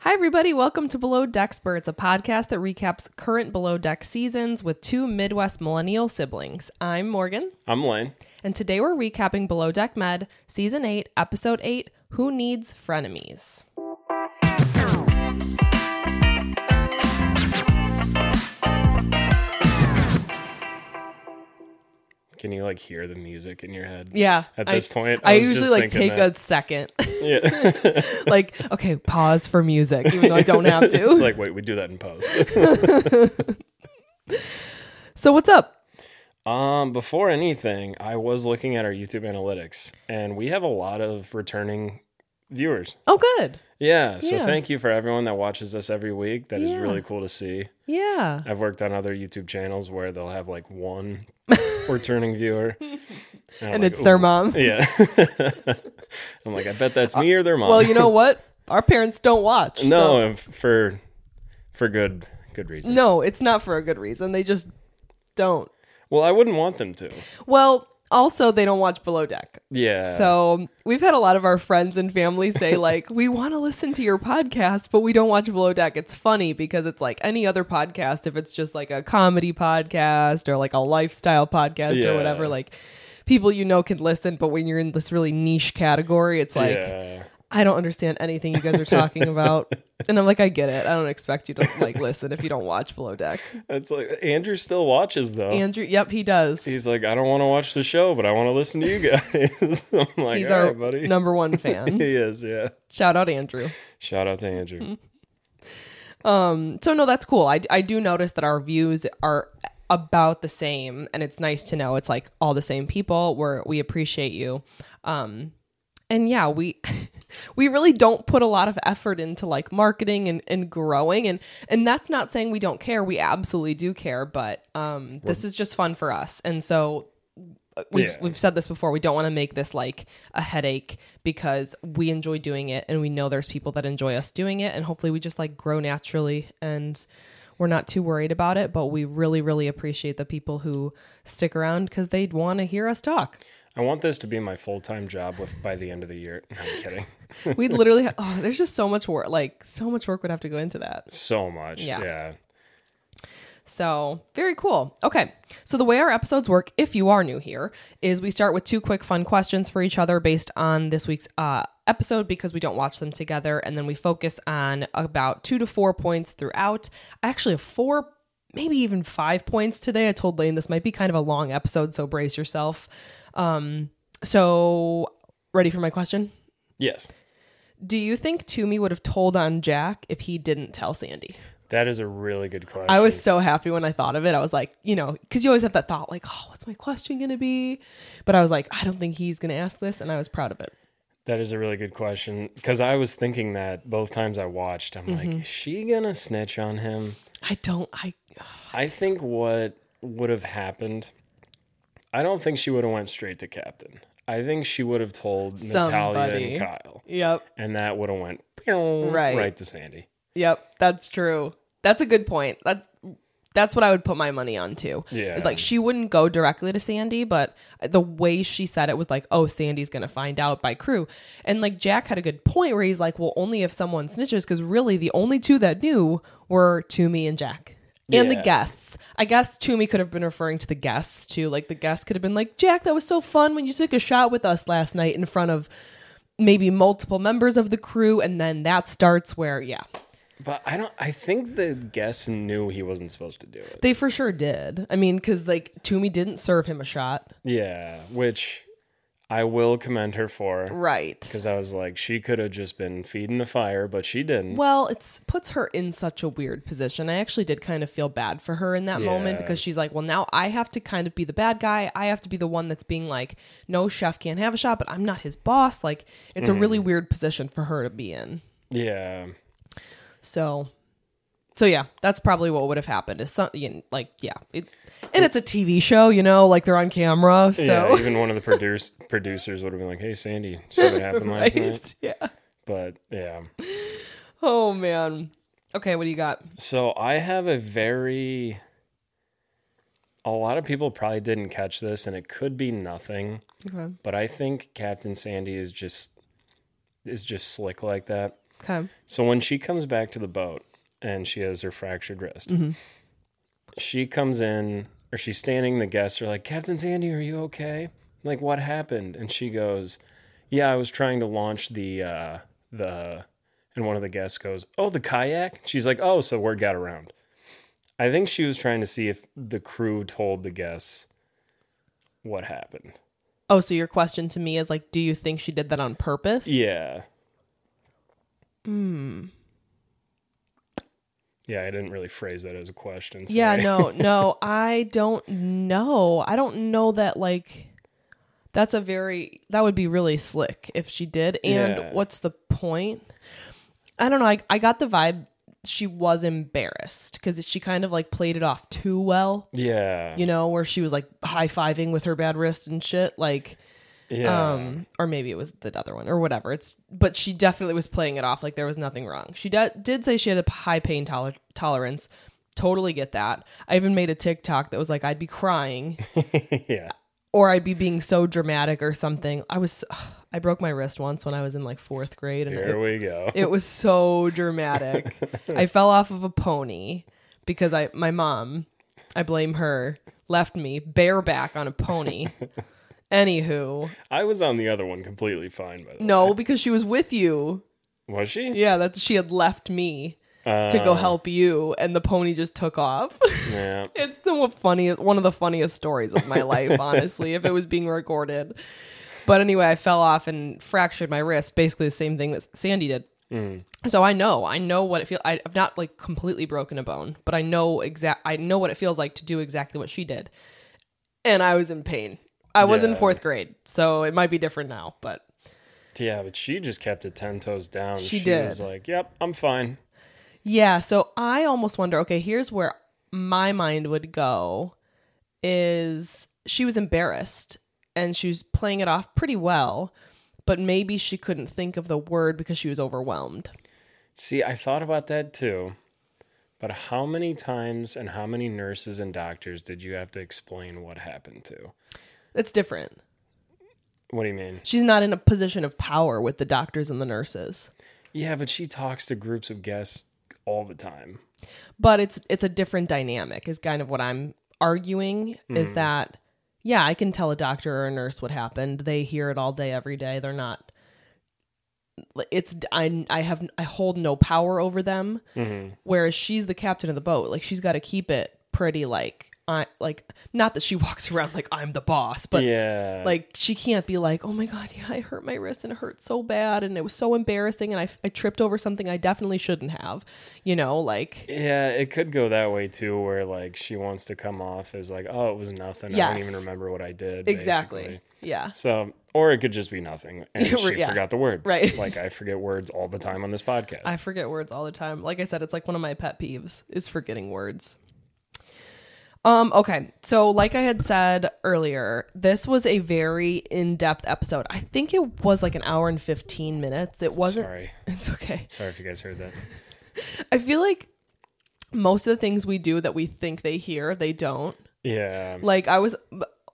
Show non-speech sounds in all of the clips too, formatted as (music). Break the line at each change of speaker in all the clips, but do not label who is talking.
Hi, everybody. Welcome to Below Dexper. It's a podcast that recaps current Below Deck seasons with two Midwest millennial siblings. I'm Morgan,
I'm Lane.
and today we're recapping Below Deck Med, Season 8, Episode 8 Who Needs Frenemies?
Can you like hear the music in your head?
Yeah.
At
I-
this point,
I,
was
usually
just
like take
thinking
a second. (laughs)
that- Yeah.
like, okay, pause for music, even though I don't have to.
(laughs) it's like wait, we do that in post. (laughs)
so, what's up?
um, before anything, I was looking at our YouTube analytics, and we have a lot of returning viewers.
Oh, good.
Yeah. So
Yeah.
thank you for everyone that watches us every week. That is
Yeah.
really cool to see.
Yeah.
I've worked on other YouTube channels where they'll have
(laughs)
like one returning viewer, and, I'm
And
like,
it's their
"Ooh."
mom.
Yeah. (laughs) I'm like, I bet that's me or their mom.
Uh, Well, you know what? Our parents don't watch. so-
(laughs) No, f- for for good good reason.
No, it's not for a good reason. They just don't.
Well, I wouldn't want them to.
Well, also they don't watch Below Deck.
Yeah.
So we've had a lot of our friends and family
(laughs)
say like, we want to listen to your podcast, but we don't watch Below Deck. It's funny because it's like any other podcast. If it's just like a comedy podcast or like a lifestyle podcast
Yeah.
or whatever, like people you know can listen. But when you're in this really niche category, it's like
yeah.
I don't understand anything you guys are talking
(laughs)
about. And I'm like, I get it. I don't expect you to like listen if you don't watch Below Deck.
It's like Andrew still watches though.
Andrew, yep, he does.
Oh. He's like, I don't want to watch the show, but I want to listen to you guys. (laughs) I'm like,
He's
all
our
right, buddy. (laughs)
number one fan.
He is, yeah.
Shout out Andrew.
Shout out to
Mm-hmm.
Andrew.
So no, that's cool. I, I do notice that our views are about the same, and it's nice to know it's like all the same people. Where we appreciate you, um, and yeah, we (laughs) we really don't put a lot of effort into like marketing and, and growing, and and that's not saying we don't care. We absolutely do care, but um, this is just fun for us, and so we've
Yeah.
we've said this before. We don't want to make this like a headache because we enjoy doing it, and we know there's people that enjoy us doing it, and hopefully we just like grow naturally, and we're not too worried about it. But we really, really appreciate the people who stick around because they want to hear us talk.
I want this to be my full time job with by the end of the year. No, I'm kidding. (laughs)
We'd literally, ha- oh, there's just so much work. Like so much work would have to go into that.
So much.
Yeah.
Yeah.
So, very cool. Okay. So, the way our episodes work, if you are new here, is we start with two quick fun questions for each other based on this week's uh, episode because we don't watch them together. And then we focus on about two to four points throughout. I actually have four, maybe even five points today. I told Lane this might be kind of a long episode, so brace yourself. Um, so, ready for my question?
Yes.
Do you think Toomey would have told on Jack if he didn't tell Sandy?
That is a really good question.
I was so happy when I thought of it. I was like, you know, because you always have that thought, like, oh, what's my question going to be? But I was like, I don't think he's going to ask this. And I was proud of it.
That is a really good question because I was thinking that both times I watched. I'm
Mm-hmm.
like, is she gonna snitch on him?
I don't, I,
I think what would have happened, I don't think she would have went straight to captain. I think she would have told Natalia
Somebody.
and Kyle,
yep,
and that would have went pew,
Right.
right to Sandy.
yep, that's true. That's a good point. That, that's what I would put my money on too.
Yeah.
It's like she wouldn't go directly to Sandy, but the way she said it was like, oh, Sandy's going to find out by crew. And like Jack had a good point where he's like, well, only if someone snitches, because really the only two that knew were Toomey and Jack. And the
Yeah.
guests. I guess Toomey could have been referring to the guests too. Like the guests could have been like, Jack, that was so fun when you took a shot with us last night in front of maybe multiple members of the crew. And then that starts where, yeah,
But I don't. I think the guests knew he wasn't supposed to do it.
they for sure did. I mean, because like Toomey didn't serve him a shot.
Yeah, which I will commend her for
Right.
because I was like, she could have just been feeding the fire, but she didn't.
Well, it's puts her in such a weird position. I actually did kind of feel bad for her in that moment
Yeah.
because she's like, "Well, now I have to kind of be the bad guy. I have to be the one that's being like, no chef can't have a shot, but I'm not his boss." Like, it's
Mm.
a really weird position for her to be in.
Yeah,
So, so yeah, that's probably what would have happened. Is some, you know, like, yeah, it, and it's a TV show, you know, like they're on camera,
yeah.
so
Even one of the produce, producers would have been like, "Hey, Sandy, see what happened
(laughs)
last night."
yeah.
But yeah.
Oh man. Okay, what do you got?
So I have a very. A lot of people probably didn't catch this, and it could be nothing.
Okay.
But I think Captain Sandy is just is just slick like that.
Okay.
So when she comes back to the boat and she has her fractured wrist, she comes in or she's standing. The guests are like, Captain Sandy, are you okay? I'm like, what happened? And she goes, Yeah, I was trying to launch the uh, the. And one of the guests goes, Oh, the kayak? She's like, Oh, so word got around. I think she was trying to see if the crew told the guests what happened.
Oh, so your question to me is like, do you think she did that on purpose?
Yeah.
Hmm.
Yeah, I didn't really phrase that as a question. Sorry.
Yeah, no, no, I don't know. I don't know that like that's a very that would be really slick if she did. And
Yeah.
what's the point? I don't know. I I got the vibe she was embarrassed cuz she kind of like played it off too well,
(laughs) Yeah.
you know, where she was like high-fiving with her bad wrist and shit like
yeah.
um or maybe it was the other one or whatever. It's but she definitely was playing it off like there was nothing wrong. She de- did say she had a high pain toler- tolerance. Totally get that. I even made a TikTok that was like I'd be crying
(laughs)
(laughs)
yeah.
or I'd be being so dramatic or something. I was (sighs) I broke my wrist once when I was in like 4th grade and
Here
it,
we go.
it was so dramatic. I fell off of a pony because I my mom, I blame her, left me bareback on a pony. Anywho,
I was on the other one completely fine by the way.
no, because she was with you.
Was she?
Yeah, that's she had left me to go help you, and the pony just took off. (laughs)
Yeah.
it's the one funniest, one of the funniest stories of my life, honestly. if it was being recorded, but anyway, I fell off and fractured my wrist. Basically, the same thing that Sandy did. So I know, I know what it feels. I've not like completely broken a bone, but I know exact. I know what it feels like to do exactly what she did, and I was in pain. I was in
Yeah.
fourth grade, so it might be different now, but
Yeah, but she just kept it 10 toes down.
She
was
did.
like, yep, I'm fine.
Yeah, so I almost wonder, okay, here's where my mind would go is she was embarrassed and she was playing it off pretty well, but maybe she couldn't think of the word because she was overwhelmed.
See, I thought about that too. But how many times and how many nurses and doctors did you have to explain what happened to?
It's different.
What do you mean?
She's not in a position of power with the doctors and the nurses.
Yeah, but she talks to groups of guests all the time.
But it's it's a different dynamic is kind of what I'm arguing is that yeah, I can tell a doctor or a nurse what happened. They hear it all day every day. They're not it's I, I have I hold no power over them. Whereas she's the captain of the boat, like she's got to keep it pretty like I like not that she (laughs) walks around like I'm the boss, but
yeah.
like she can't be like, oh my god, yeah, I hurt my wrist and it hurt so bad and it was so embarrassing and I I tripped over something I definitely shouldn't have, you know, like
Yeah, it could go that way too, where like she wants to come off as like, oh, it was nothing. I don't
Yes.
even remember what I did.
exactly,
basically.
yeah,
So, or it could just be nothing,
(laughs)
and she
Yeah.
forgot the word.
Right.
(laughs) Like I forget words all the time on this podcast.
I forget words all the time. Like I said, it's like one of my pet peeves is forgetting words. Um, okay. So like I had said earlier, this was a very in-depth episode. I think it was like an hour and 15 minutes. It wasn't
Sorry,
(laughs) it's okay.
sorry if you guys heard that.
I feel like most of the things we do that we think they hear, they don't.
Yeah.
Like I was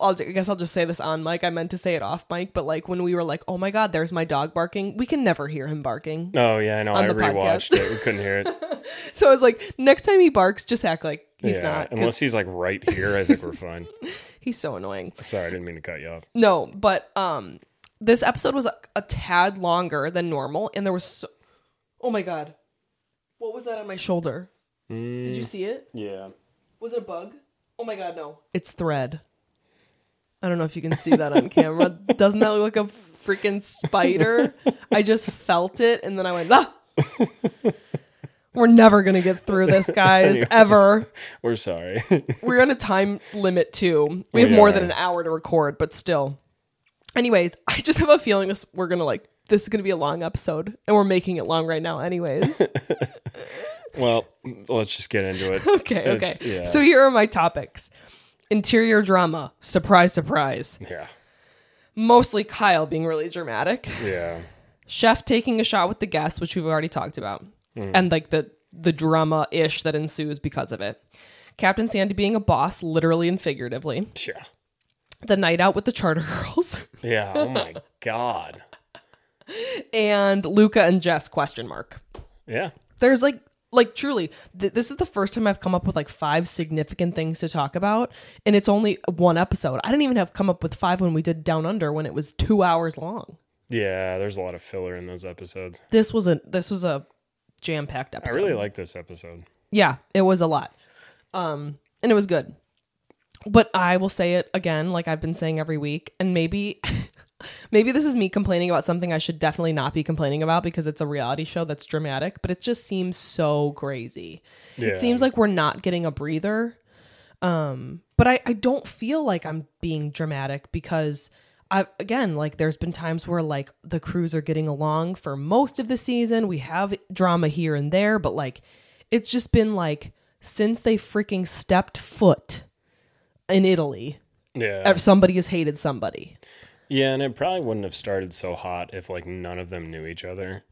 I'll, I guess I'll just say this on mic. I meant to say it off mic, but like when we were like, "Oh my god, there's my dog barking." We can never hear him barking.
Oh yeah, I know. I
the
rewatched
podcast.
it. We couldn't hear it.
So I was like, next time he barks, just act like (laughs) he's
yeah.
not. 'cause
Unless he's like right here, I
(laughs)
think we're fine.
he's so annoying.
sorry, I didn't mean to cut you off.
No, but um, this episode was a, a tad longer than normal, and there was so. Oh my god, what was that on my shoulder? Did you see it?
Yeah.
Was it a bug? Oh my god, no. It's thread. I don't know if you can see that on camera. Doesn't that look like a freaking spider? I just felt it and then I went, ah! We're never going to get through this, guys, ever.
We're sorry. (laughs)
We're on a time limit too. We have
We
more
are.
than an hour to record, but still. Anyways, (laughs) I just have a feeling this we're gonna like this is gonna be a long episode, and we're making it long right now.
(laughs)
Anyways,
well, let's just get into
(laughs)
it.
okay, okay.
It's- yeah.
So here are my topics: interior drama, surprise, surprise.
yeah.
Mostly Kyle being really dramatic.
Yeah.
Chef taking a shot with the guest, which we've already talked about,
Hmm.
and like the the drama ish that ensues because of it. Captain Sandy being a boss, literally and figuratively.
Yeah.
(laughs) The night out with the charter girls.
Yeah. Oh my god.
and Luca and Jess question mark.
Yeah.
There's like like truly th- this is the first time I've come up with like five significant things to talk about and it's only one episode. I didn't even have come up with five when we did Down Under when it was 2 hours long.
Yeah, there's a lot of filler in those episodes.
This was a this was a jam-packed
I
episode.
Oh, really like this episode.
Yeah, it was a lot. Um, and it was good. But I will say it again, like I've been saying every week, and maybe (laughs) maybe this is me complaining about something I should definitely not be complaining about because it's a reality show that's dramatic, but it just seems so crazy.
Yeah.
It seems like we're not getting a breather. Um, but I, I don't feel like I'm being dramatic because I again like there's been times where like the crews are getting along for most of the season. We have drama here and there, but like it's just been like since they freaking stepped foot in Italy, uh,
Yeah.
somebody has hated somebody.
Yeah, and it probably wouldn't have started so hot if like none of them knew each other.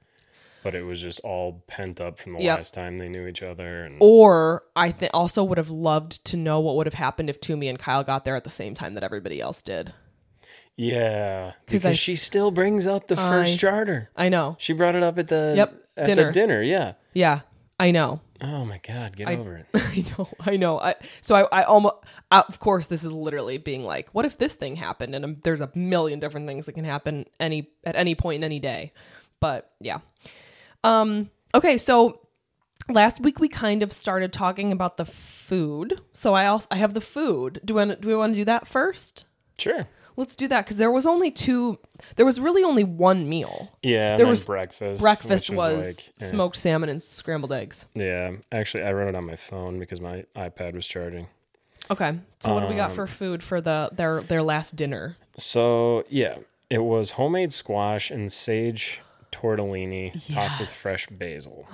But it was just all pent up from the
Yep. Oh.
last time they knew each other and
Or I th- also would have loved to know what would have happened if Toomey and Kyle got there at the same time that everybody else did.
Yeah. Because
I-
she still brings up the first charter.
I know.
She brought it up at the
Yep,
at
dinner.
the dinner, yeah.
Yeah, I know.
Oh my god, get over it.
(laughs) I know, I know. I, so I, I almost, I, of course, this is literally being like, what if this thing happened? And um there's a million different things that can happen any at any point in any day. But yeah. Um. Okay. So last week we kind of started talking about the food. So I also I have the food. Do we wanna- do we want to do that first?
Sure.
Let's do that because there was only two. There was really only one meal.
Yeah, and
There
then
was-
breakfast.
Breakfast
which
was
like, eh.
smoked salmon and scrambled eggs.
Yeah, actually, I wrote it on my phone because my iPad was charging.
Okay. So what do we
Um,
got for food for the their their last dinner?
So yeah, it was homemade squash and sage tortellini topped with fresh basil.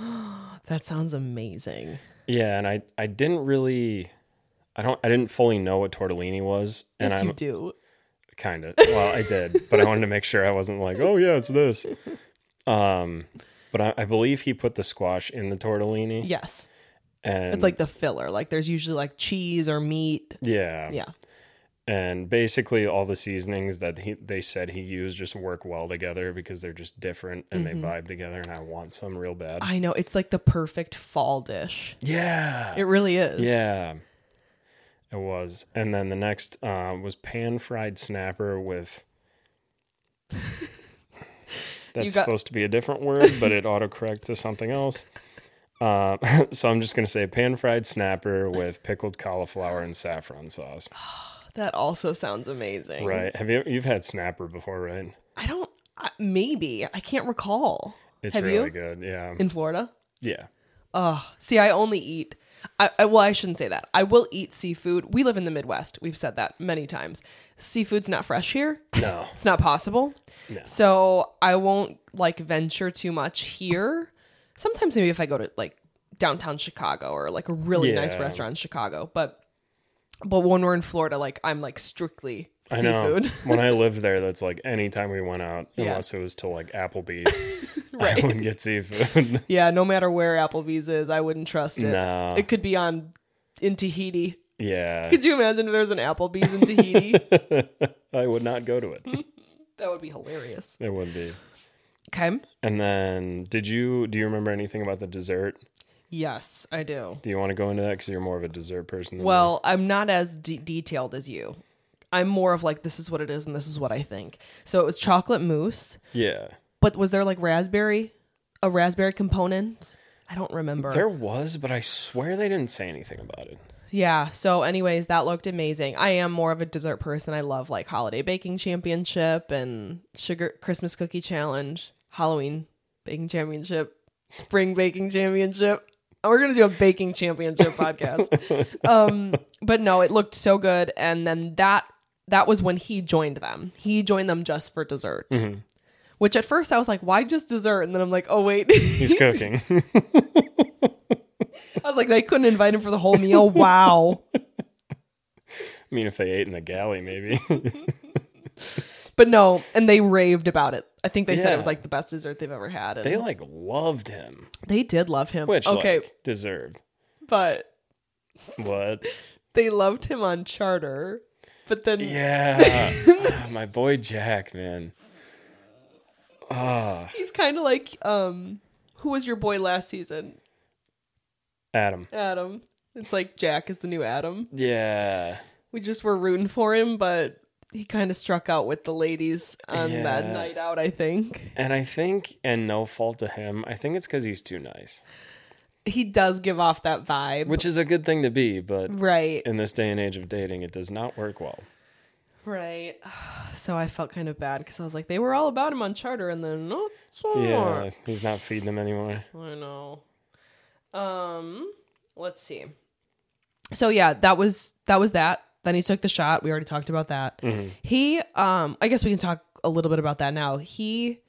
That sounds amazing.
Yeah, and I I didn't really, I don't I didn't fully know what tortellini was, and
Yes,
I'm (laughs)
you do.
kind of well I did, but I wanted to make sure I wasn't like oh yeah it's this. Um, but I, I believe he put the squash in the tortellini,
Yes.
and
It's like the filler. Like there's usually like cheese or meat.
yeah,
Yeah.
and basically all the seasonings that he, they said he used just work well together because they're just different and
Mm-hmm.
they vibe together and i want some real bad
I know. It's like the perfect fall dish.
yeah
It really is.
yeah it was and then the next uh, was pan fried snapper
(laughs)
with that's
got-
supposed to be a different word but it autocorrect to something else uh, (laughs) so i'm just going to say pan fried snapper with pickled cauliflower and saffron sauce
Oh. That also sounds amazing.
right have you you've had snapper before right
I don't, I, maybe. I can't recall.
it's
Have
really
you?
good yeah
In Florida?
Yeah.
Oh, see, I only eat. I, I well, I shouldn't say that. I will eat seafood. We live in the Midwest. We've said that many times. Seafood's not fresh here.
No.
It's not possible. So I won't like venture too much here. Sometimes maybe if I go to like downtown Chicago or like a really nice
Yeah.
restaurant in Chicago, but but when we're in Florida, like I'm like strictly
I know.
seafood. (laughs)
(laughs) when I lived there, that's like anytime we went out,
Yeah.
unless it was to
(laughs)
like Applebee's, I would get seafood. (laughs)
yeah, no matter where Applebee's is, I wouldn't trust it.
No.
It could be on in Tahiti.
yeah.
Could you imagine if there's an Applebee's in
(laughs)
Tahiti?
I would not go to
(laughs)
it.
that would be hilarious.
It would be.
Okay.
And then, did you do you remember anything about the dessert?
Yes, I do.
Do you want to go into that because you're more of a dessert person? Than
Well, I'm not as de- detailed as you. I'm more of like this is what it is and this is what I think. So it was chocolate mousse,
me? yeah,
but was there like raspberry, a raspberry component? I don't remember.
there was, but I swear they didn't say anything
(laughs)
about it.
yeah. So, anyways, that looked amazing. I am more of a dessert person. I love like holiday baking championship and sugar Christmas cookie challenge, Halloween baking championship, spring baking championship. We're gonna do a baking championship podcast. Um, but no, it looked so good. And then that that was when he joined them. He joined them just for dessert. Which at first I was like, why just dessert? And then I'm like, oh wait. (laughs)
He's cooking. (laughs)
I was like, they couldn't invite him for the whole meal. Wow.
I mean, if they ate in the galley, maybe. (laughs)
but no, and they raved about it. I think they said it
Yeah.
was like the best dessert they've ever had. And
they
they,
like loved him,
did love him.
which
okay,
like deserved.
but (laughs)
What?
they loved him on charter. But then (laughs)
Yeah. Ah, my boy Jack, man.
He's kind of like um, who was your boy last season?
Adam.
Adam. It's like Jack is the new Adam.
Yeah.
We just were rooting for him, but he kind of struck out with the ladies on that
Yeah.
night out. I think
And I think, and no fault to him, I think it's because he's too nice,
he does give off that vibe,
which is a good thing to be, but
right?
in this day and age of dating, it does not work well.
Right. (sighs) So I felt kind of bad because I was like, they were all about him on charter, and then no,
Yeah. He's not feeding him anymore.
I know. Um, let's see. So yeah, that was that was that. Then he took the shot. We already talked about that.
Mm-hmm.
He, um, I guess we can talk a little bit about that now. He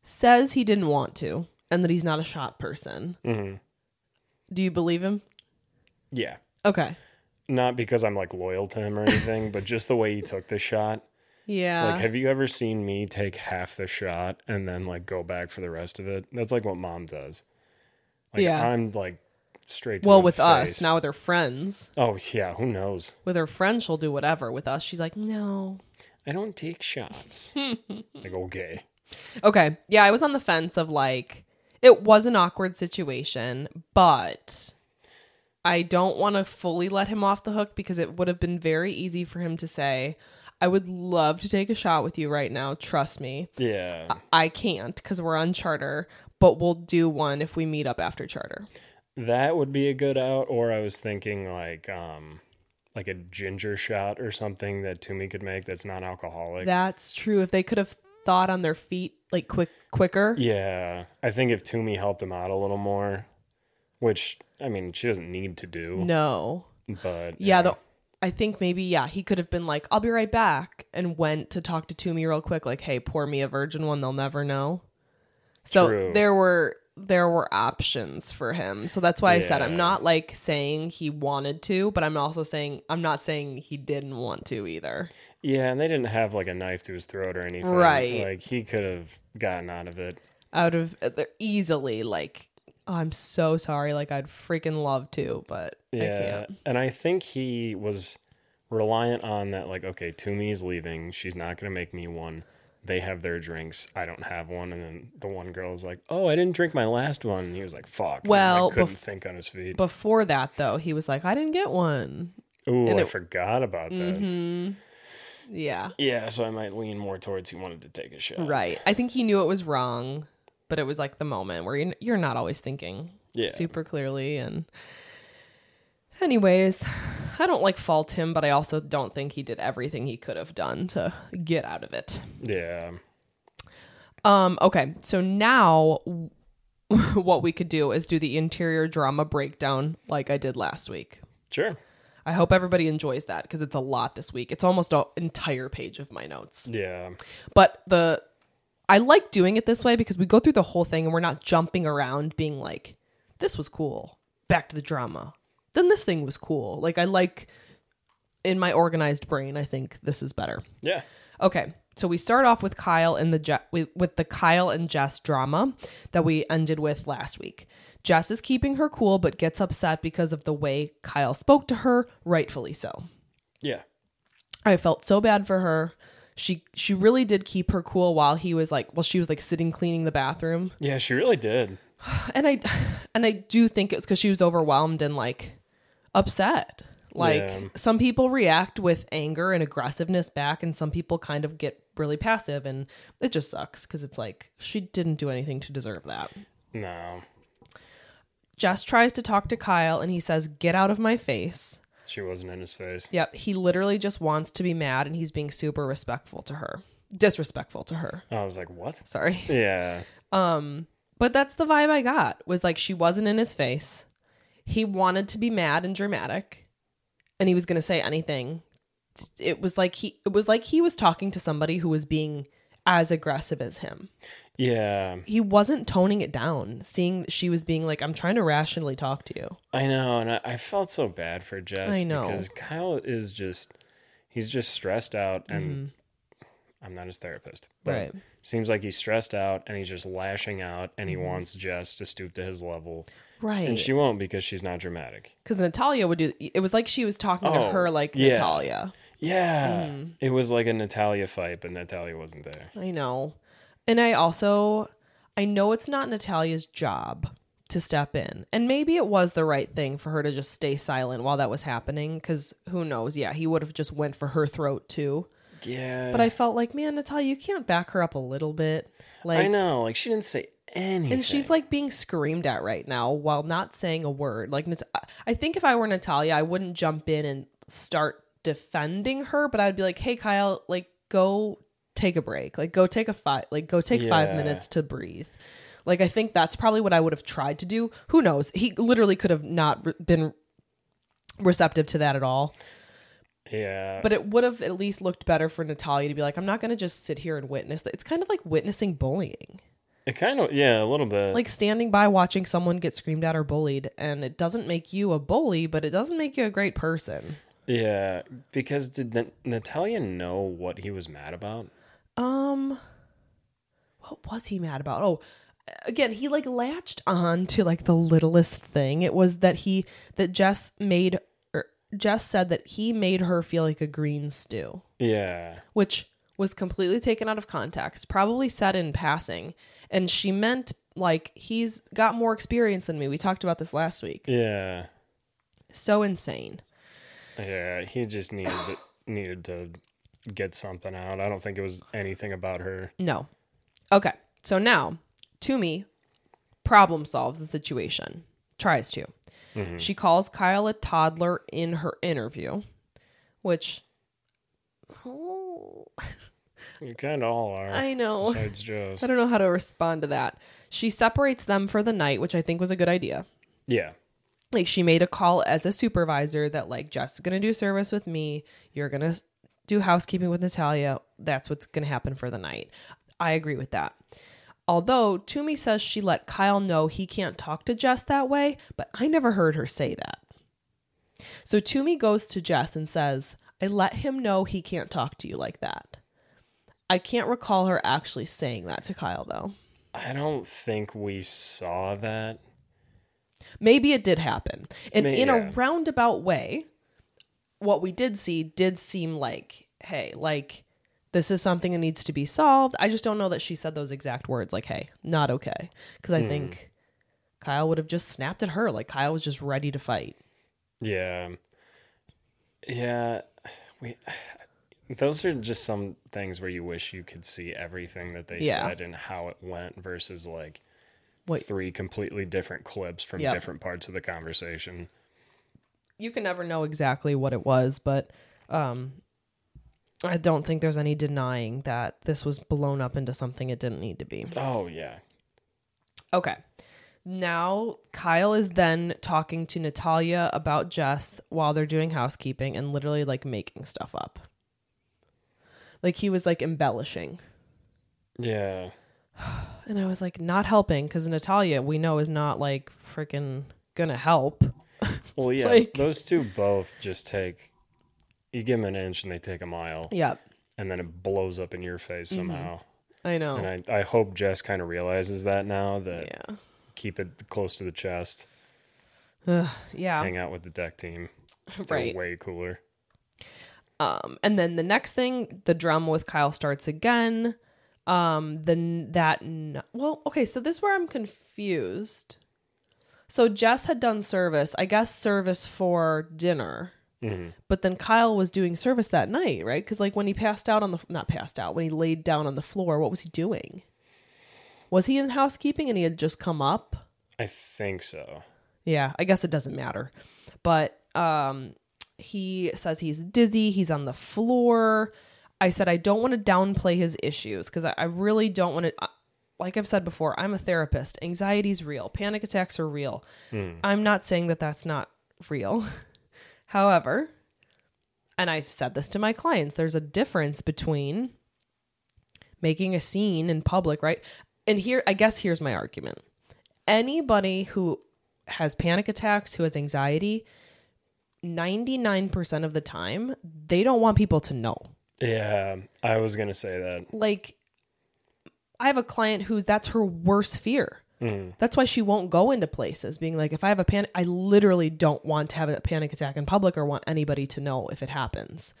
says he didn't want to, and that he's not a shot person.
Mm-hmm.
Do you believe him?
Yeah.
Okay.
Not because I'm like loyal to him or anything, but just the way he took the shot.
Yeah.
Like, have you ever seen me take half the shot and then like go back for the rest of it? That's like what mom does. Like,
Yeah.
I'm like straight. To
well,
the
with us
face.
now, with her friends,
Oh yeah, who knows?
with her friends, she'll do whatever. With us, she's like, no,
I don't
(laughs)
take shots. like okay,
Okay. Yeah, I was on the fence of like it was an awkward situation, but I don't want to fully let him off the hook because it would have been very easy for him to say, "I would love to take a shot with you right now, trust me."
yeah,
I can't cuz we're on charter, but we'll do one if we meet up after charter.
that would be a good out. Or I was thinking like um, like a ginger shot or something that Toomey could make that's non-alcoholic.
That's true. If they could have thought on their feet like quick quicker.
yeah, I think if Toomey helped him out a little more, which I mean, she doesn't need to do,
No.
but
Yeah, the I think maybe yeah, he could have been like, "I'll be right back," and went to talk to Toomey real quick, like, "Hey, pour me a virgin one; they'll never know." So
True.
there were there were options for him. So that's why I said I'm
Yeah.
not like saying he wanted to, but I'm also saying I'm not saying he didn't want to either.
Yeah, and they didn't have like a knife to his throat or anything.
Right.
Like he could have gotten out of it.
Out of uh, easily, like, "Oh, I'm so sorry. Like, I'd freaking love to, but I
Yeah.
can't.
and I think he was reliant on that, like, okay, Toomey's leaving. She's not going to make me one. They have their drinks. I don't have one. And then the one girl is like, oh, I didn't drink my last one. And he was like, fuck. And,
Well,
like, couldn't
bef-
think on his feet.
Before that, though, he was like, "I didn't get one."
Ooh,
and
I
it- Mm-hmm.
forgot about that.
Yeah.
Yeah, so I might lean more towards he wanted to take a shot.
Right. I think he knew it was wrong, but it was like the moment where you're, you're not always thinking
Yeah.
super clearly. And, anyways, I don't like fault him, but I also don't think he did everything he could have done to get out of it.
Yeah.
Um. Okay. So now, (laughs) what we could do is do the interior drama breakdown like I did last week.
Sure.
I hope everybody enjoys that because it's a lot this week. It's almost an entire page of my notes.
Yeah.
but the I like doing it this way because we go through the whole thing and we're not jumping around being like this was cool back to the drama then this thing was cool like I like in my organized brain I think this is better
Yeah.
okay so we start off with Kyle and the Je- with with the Kyle and Jess drama that we ended with last week Jess is keeping her cool but gets upset because of the way Kyle spoke to her rightfully so
Yeah.
I felt so bad for her. She she really did keep her cool while he was like while she was like sitting cleaning the bathroom.
Yeah, she really did.
And I and I do think it's cuz she was overwhelmed and like upset. Like
Yeah.
some people react with anger and aggressiveness back and some people kind of get really passive and it just sucks cuz it's like she didn't do anything to deserve that.
No,
Jess tries to talk to Kyle and he says, "Get out of my face."
she wasn't in his face.
Yep, he literally just wants to be mad and he's being super respectful to her. Disrespectful to her.
I was like, what?
Sorry.
Yeah.
But that's the vibe I got was like she wasn't in his face. He wanted to be mad and dramatic, and he was going to say anything. It was like he it was like he was talking to somebody who was being as aggressive as him.
Yeah.
He wasn't toning it down, seeing that she was being like, "I'm trying to rationally talk to you."
I know. And I, I felt so bad for Jess.
I know.
Because Kyle is just, he's just stressed out.
Mm-hmm.
And I'm not his therapist. But
Right.
Seems like he's stressed out and he's just lashing out and he
Mm-hmm.
wants Jess to stoop to his level.
Right?
And she won't because she's not dramatic.
Because Natalia would do. It was like she was talking to
Oh,
her like
yeah.
Natalia. Mm-hmm.
Yeah. It was like a Natalia fight, but Natalia wasn't there.
I know. And I also I know it's not Natalia's job to step in. And maybe it was the right thing for her to just stay silent while that was happening cuz who knows? Yeah, he would have just went for her throat too.
Yeah.
But I felt like, man, Natalia, you can't back her up a little bit. Like
I know. Like she didn't say anything.
and she's like being screamed at right now while not saying a word. Like Nat- I think if I were Natalia, I wouldn't jump in and start defending her, but I'd be like, "Hey Kyle, like go take a break. Like go take a five like go take 5
Yeah.
minutes to breathe." Like I think that's probably what I would have tried to do. Who knows? He literally could have not re- been receptive to that at all.
yeah.
But it would have at least looked better for Natalia to be like, "I'm not going to just sit here and witness." that." It's kind of like witnessing bullying
it kind of yeah a little bit.
like standing by watching someone get screamed at or bullied and it doesn't make you a bully but it doesn't make you a great person
yeah. Because did Nat- Natalia know what he was mad about?
um what was he mad about oh again he like latched on to like the littlest thing it was that he that jess made er, jess said that he made her feel like a green stew
Yeah.
which was completely taken out of context, probably said in passing. And she meant, like, he's got more experience than me. We talked about this last week.
Yeah.
So insane.
Yeah. He just needed to, needed to get something out. I don't think it was anything about her.
No. Okay. So now, Toomey problem solves the situation, tries to. She calls Kyle a toddler in her interview, which. Oh,
You kind of all are.
I
(laughs)
know.
Besides Joe's.
I don't know how to respond to that. She separates them for the night, which I think was a good idea.
Yeah.
like she made a call as a supervisor that like Jess is gonna do service with me, you're gonna s- do housekeeping with Natalia. That's what's gonna happen for the night. I agree with that. Although Toomey says she let Kyle know he can't talk to Jess that way, but I never heard her say that. So Toomey goes to Jess and says, I let him know he can't talk to you like that. I can't recall her actually saying that to Kyle though.
I don't think we saw that.
Maybe it did happen. And
May-
in
yeah.
a roundabout way, what we did see did seem like, hey, like this is something that needs to be solved. I just don't know that she said those exact words, like, hey, not okay. Because
Hmm.
I think Kyle would have just snapped at her. Like Kyle was just ready to fight.
Yeah. Yeah. We those are just some things where you wish you could see everything that they
Yeah.
said and how it went versus like
What-
three completely different clips from
Yep.
different parts of the conversation.
You can never know exactly what it was, but um I don't think there's any denying that this was blown up into something it didn't need to be.
Oh yeah.
Okay. Now Kyle is then talking to Natalia about Jess while they're doing housekeeping and literally like making stuff up. Like he was like embellishing.
Yeah.
And I was like, not helping because Natalia, we know, is not like freaking gonna help. (laughs)
Well yeah,
Like-
those two both just take you give them an inch and they take a mile
Yep.
and then it blows up in your face
Mm-hmm.
somehow.
I know.
And I, uh, I hope Jess kind of realizes that now that
Oh. yeah.
keep it close to the chest,
Yeah.
hang out with the deck team. They're
right.
way cooler.
Um, and then the next thing, the drama with Kyle starts again. Um, then that n- well, okay, so this is where I'm confused. So Jess had done service, I guess, service for dinner, but then Kyle was doing service that night, right? Because like when he passed out on the not passed out when he laid down on the floor, what was he doing? Was he in housekeeping and he had just come up?
I think so.
Yeah, I guess it doesn't matter. But um he says he's dizzy, he's on the floor. I said I don't want to downplay his issues because I, I really don't want to like I've said before, I'm a therapist. Anxiety's real. Panic attacks are real. I'm not saying that that's not real. (laughs) However, and I've said this to my clients, there's a difference between making a scene in public, right? And here, I guess here's my argument. Anybody who has panic attacks, who has anxiety, 99% of the time, they don't want people to know.
Yeah, I was gonna say that.
Like, I have a client who's that's her worst fear. That's why she won't go into places being like, if I have a panic, I literally don't want to have a panic attack in public or want anybody to know if it happens.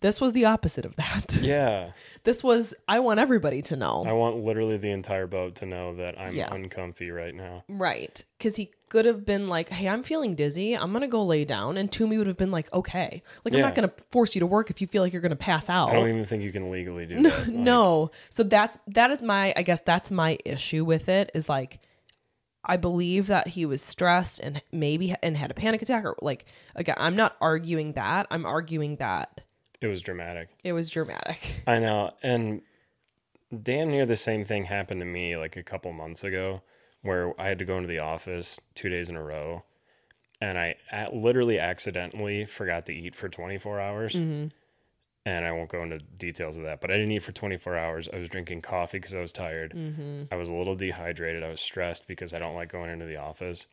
This was the opposite of that. (laughs)
Yeah.
This was I want everybody to know.
I want literally the entire boat to know that I'm
Yeah.
uncomfy right now.
Right. Because he could have been like, hey, I'm feeling dizzy. I'm going to go lay down. And Toomey would have been like, okay. Like, I'm
Yeah. Oh,
not going to force you to work if you feel like you're going to pass out.
I
(laughs)
don't even think you can legally do that. Like,
no. So that's, that is my, I guess that's my issue with it is like, I believe that he was stressed and maybe, and had a panic attack or like, again, I'm not arguing that. I'm arguing that
It was dramatic.
it was dramatic.
I know. And damn near the same thing happened to me like a couple months ago where I had to go into the office two days in a row and I a- literally accidentally forgot to eat for 24 hours. And I won't go into details of that, but I didn't eat for 24 hours. I was drinking coffee because I was tired. I was a little dehydrated. I was stressed because I don't like going into the office.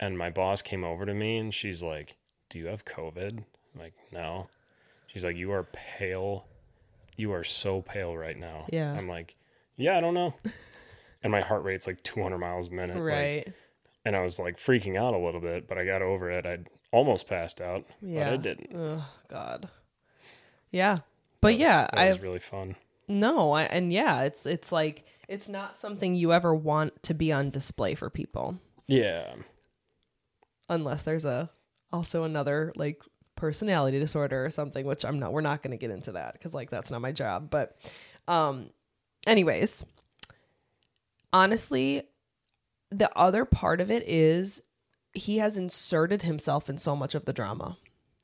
And my boss came over to me and she's like, Do you have COVID? I'm like, No. She's like, You are pale. You are so pale right now.
Yeah.
I'm like, Yeah, I don't know. (laughs) and my heart rate's like 200 miles a minute. like-
Right.
and I was like freaking out a little bit, but I got over it. I almost passed out, but
Yeah.
I didn't.
oh, God. Yeah. But
That was-
yeah,
that
I
was really fun.
No, I, and yeah, it's it's like it's not something you ever want to be on display for people,
Yeah,
unless there's a also another like personality disorder or something, which I'm not. We're not going to get into that because like that's not my job. But, um, anyways, honestly, the other part of it is he has inserted himself in so much of the drama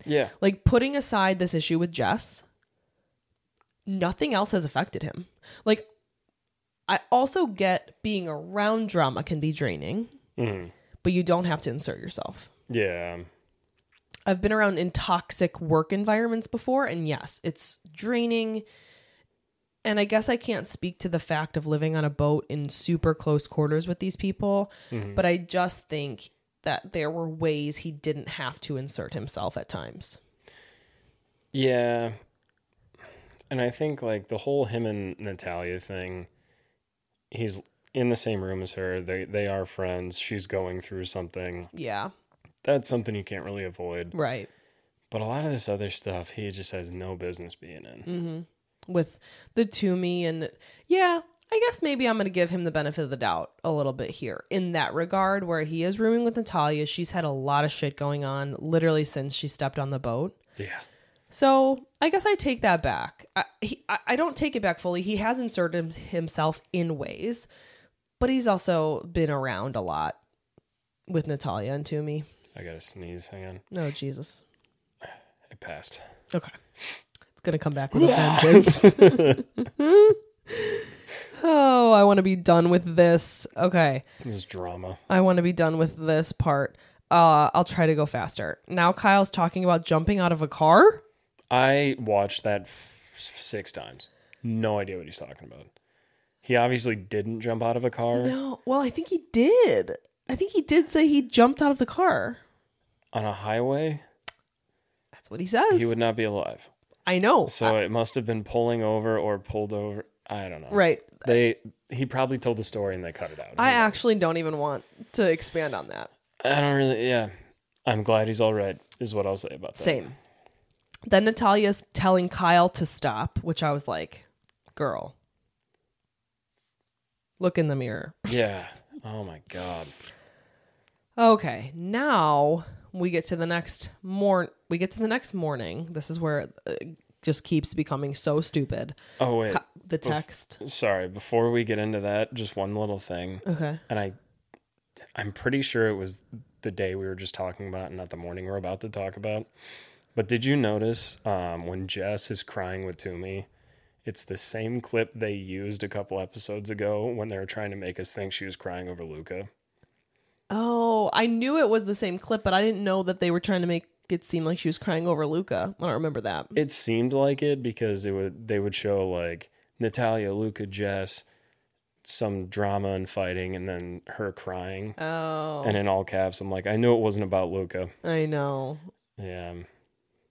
yeah,
like putting aside this issue with Jess, nothing else has affected him. Like, I also get being around drama can be draining, but you don't have to insert yourself.
yeah.
I've been around in toxic work environments before, and yes, it's draining. And I guess I can't speak to the fact of living on a boat in super close quarters with these people, but I just think that there were ways he didn't have to insert himself at times.
Yeah. And I think like the whole him and Natalia thing, he's in the same room as her. They they are friends. She's going through something.
Yeah,
That's something you can't really avoid.
right.
But a lot of this other stuff, he just has no business being in.
Mm. with the Toomey and yeah, I guess maybe I'm going to give him the benefit of the doubt a little bit here in that regard where he is rooming with Natalia. She's had a lot of shit going on literally since she stepped on the boat.
Yeah.
So I guess I take that back. I, he, I, I don't take it back fully. He has inserted him- himself in ways, but he's also been around a lot with Natalia and Toomey.
I got to sneeze. Hang on.
Oh, Jesus.
I passed.
Okay. It's going to come back with a vengeance.
(laughs)
oh, I want to be done with this. Okay.
This is drama.
I want to be done with this part. Uh, I'll try to go faster. Now Kyle's talking about jumping out of a car.
I watched that f- six times. No idea what he's talking about. He obviously didn't jump out of a car
No. Well, I think he did. I think he did say he jumped out of the car.
on a highway.
That's what he says.
He would not be alive.
I know.
So it must have been pulling over or pulled over. I don't know.
right.
They he probably told the story and they cut it out.
I actually don't even want to expand on that.
I don't really. Yeah. I'm glad he's all right. Is what I'll say about that.
Same. Then Natalia's telling Kyle to stop, which I was like, girl, look in the mirror.
Yeah. Oh my god.
Okay, now we get to the next morn. We get to the next morning. This is where it uh, just keeps becoming so stupid.
Oh wait.
Ca- The text.
Sorry. Before we get into that, just one little thing.
Okay.
and I I'm pretty sure it was the day we were just talking about and not the morning we're about to talk about. But did you notice um, when Jess is crying with Toomey, it's the same clip they used a couple episodes ago when they were trying to make us think she was crying over Luca.
Oh, I knew it was the same clip, but I didn't know that they were trying to make it seem like she was crying over Luca. I don't remember that.
It seemed like it because it would they would show like Natalia, Luca, Jess, some drama and fighting, and then her crying.
Oh,
And in all caps, I'm like, I knew it wasn't about Luca.
I know.
Yeah,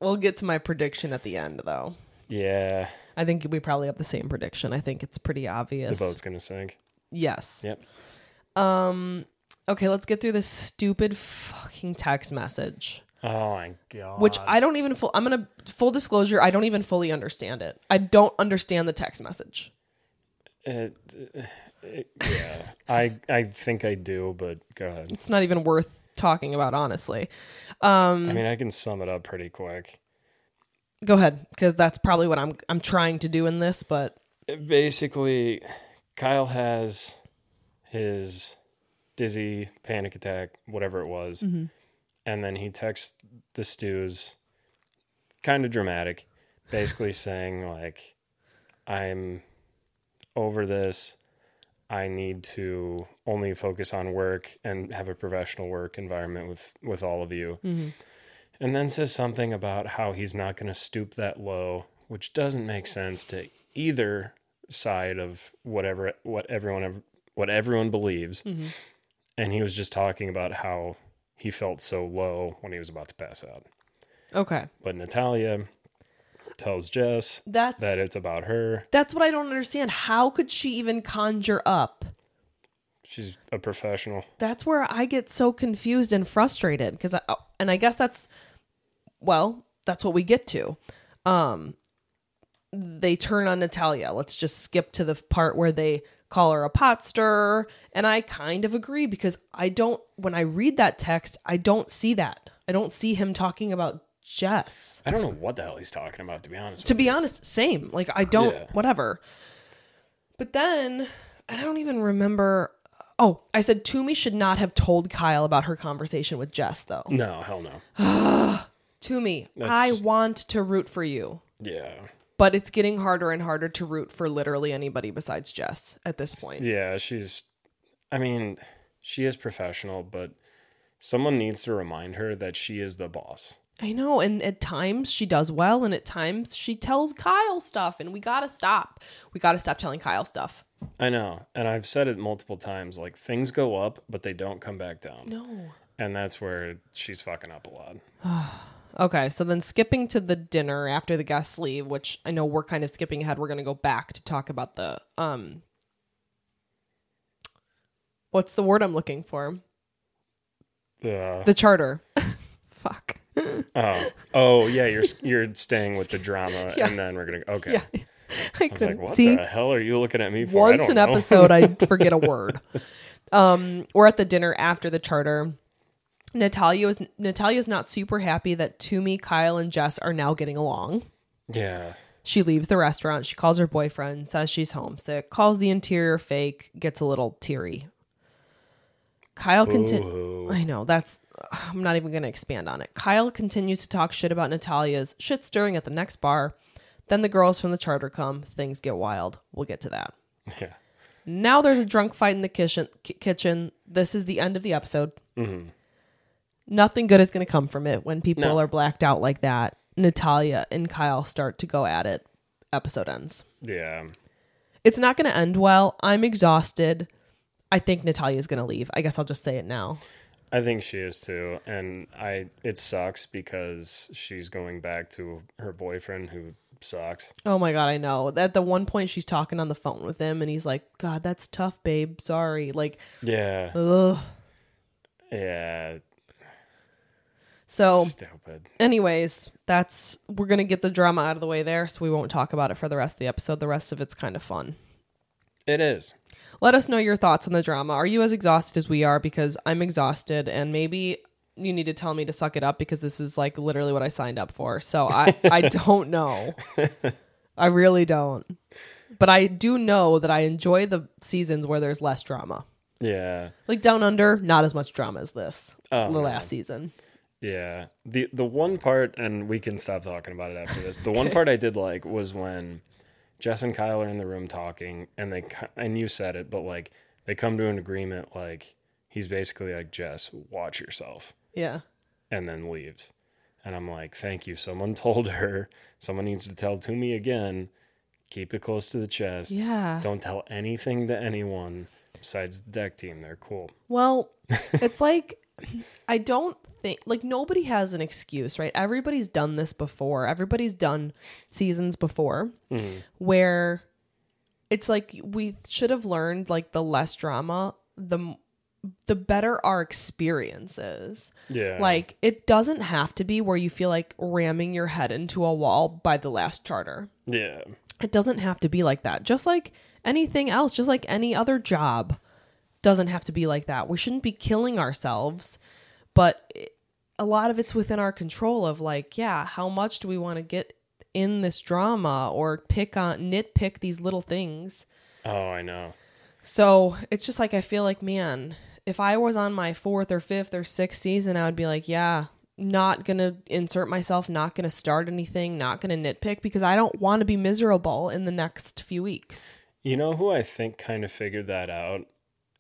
We'll get to my prediction at the end, though.
yeah.
I think we probably have the same prediction. I think it's pretty
The
obvious.
boat's gonna sink.
Yes.
Yep.
Um okay, let's get through this stupid fucking text message.
Oh my god.
which I don't even full I'm gonna full disclosure, I don't even fully understand it. I don't understand the text message.
It- it- yeah. I I think I do, but go ahead.
It's not even worth talking about, honestly.
I mean, I can sum it up pretty quick.
Go ahead, because that's probably what I'm I'm trying to do in this, but
basically Kyle has his dizzy panic attack, whatever it was, and then he texts the stews, kind of dramatic, basically saying like, "I'm over this. I need to only focus on work and have a professional work environment with with all of you." And then says something about how he's not going to stoop that low, which doesn't make sense to either side of whatever what everyone ev- what everyone believes. And he was just talking about how he felt so low when he was about to pass out.
okay.
But Natalia tells Jess
That's
that it's about her.
that's what I don't understand. How could she even conjure up?
She's a professional.
That's where I get so confused and frustrated because I oh, and I guess that's well, that's what we get to. Um they turn on Natalia. Let's just skip to the part where they call her a pot stirrer and I kind of agree because I don't when I read that text, I don't see that. I don't see him talking about Jess.
I don't know what the hell he's talking about to be honest.
to be honest, same. Like I don't
Yeah.
whatever. But then and I don't even remember Oh, I said Toomey should not have told Kyle about her conversation with Jess though.
with you. no, hell no.
Toomey, I
just-
want to root for you,
Yeah.
but it's getting harder and harder to root for literally anybody besides Jess at this point.
Yeah, she's. I mean, she is professional, but someone needs to remind her that she is the boss.
I know, and at times she does well and at times she tells Kyle stuff and we got to stop. We got to stop telling Kyle stuff.
I know, and I've said it multiple times. Like things go up, but they don't come back down,
No.
and that's where she's fucking up a lot.
Okay, so then skipping to the dinner after the guests leave, which I know we're kind of skipping ahead. We're going to go back to talk about the um What's the word I'm looking for?
Yeah.
The charter. (laughs) Fuck.
Oh, oh yeah, you're you're staying with the drama,
(laughs) Yeah.
and then we're gonna okay.
Yeah. I
I was like,
couldn't
what
see
the hell are you looking at me for? I
once
don't
an
know.
episode I
(laughs)
forget a word. Um we're at the dinner after the charter. Natalia is Natalia's not super happy that Toomey, Kyle, and Jess are now getting along.
Yeah,
She leaves the restaurant. She calls her boyfriend, says she's homesick, calls the interior fake, gets a little teary. Kyle continues. I know that's. I'm not even going to expand on it. Kyle continues to talk shit about Natalia's shit stirring at the next bar. Then the girls from the charter come. Things get wild. We'll get to that.
(laughs) yeah.
Now there's a drunk fight in the kitchen. ki- Kitchen. This is the end of the episode. Nothing good is going to come from it when people
No.
are blacked out like that. Natalia and Kyle start to go at it. Episode ends.
Yeah,
It's not going to end well. I'm exhausted. I think Natalia's going to leave. I guess I'll just say it now.
I think she is too, and I it sucks because she's going back to her boyfriend who sucks.
Oh my god, I know. At the one point she's talking on the phone with him and he's like, "God, that's tough, babe. Sorry." Like,
Yeah,
ugh.
yeah,
So,
stupid.
anyways, that's we're going to get the drama out of the way there, so we won't talk about it for the rest of the episode. The rest of it's kind of fun.
It is.
Let us know your thoughts on the drama. Are you as exhausted as we are? Because I'm exhausted, and maybe you need to tell me to suck it up because this is like literally what I signed up for. So I, I don't know. I really don't. But I do know that I enjoy the seasons where there's less drama.
Yeah,
Like Down Under, not as much drama as this.
Oh,
the
no.
last season.
yeah. the The one part, and we can stop talking about it after this. The one part I did like was when Jess and Kyle are in the room talking, and they ki- and you said it, but like they come to an agreement. Like he's basically like Jess, watch yourself.
Yeah.
and then leaves. And I'm like, thank you. Someone (laughs) told her. Someone needs to tell to me again. Keep it close to the chest.
Yeah.
Don't tell anything to anyone besides the deck team. They're cool.
Well, it's like I don't think like nobody has an excuse, right? Everybody's done this before. Everybody's done seasons before where it's like we should have learned like the less drama, the m- the better our experience is.
Yeah.
Like it doesn't have to be where you feel like ramming your head into a wall by the last charter.
yeah.
It doesn't have to be like that. Just like anything else, just like any other job doesn't have to be like that. We shouldn't be killing ourselves, but it- a lot of it's within our control of like, yeah, how much do we want to get in this drama or pick on nitpick these little things?
Oh, I know.
So it's just like I feel like, man, if I was on my fourth or fifth or sixth season, I would be like, yeah, not gonna insert myself, not gonna start anything, not gonna nitpick because I don't want to be miserable in the next few weeks.
You know who I think kind of figured that out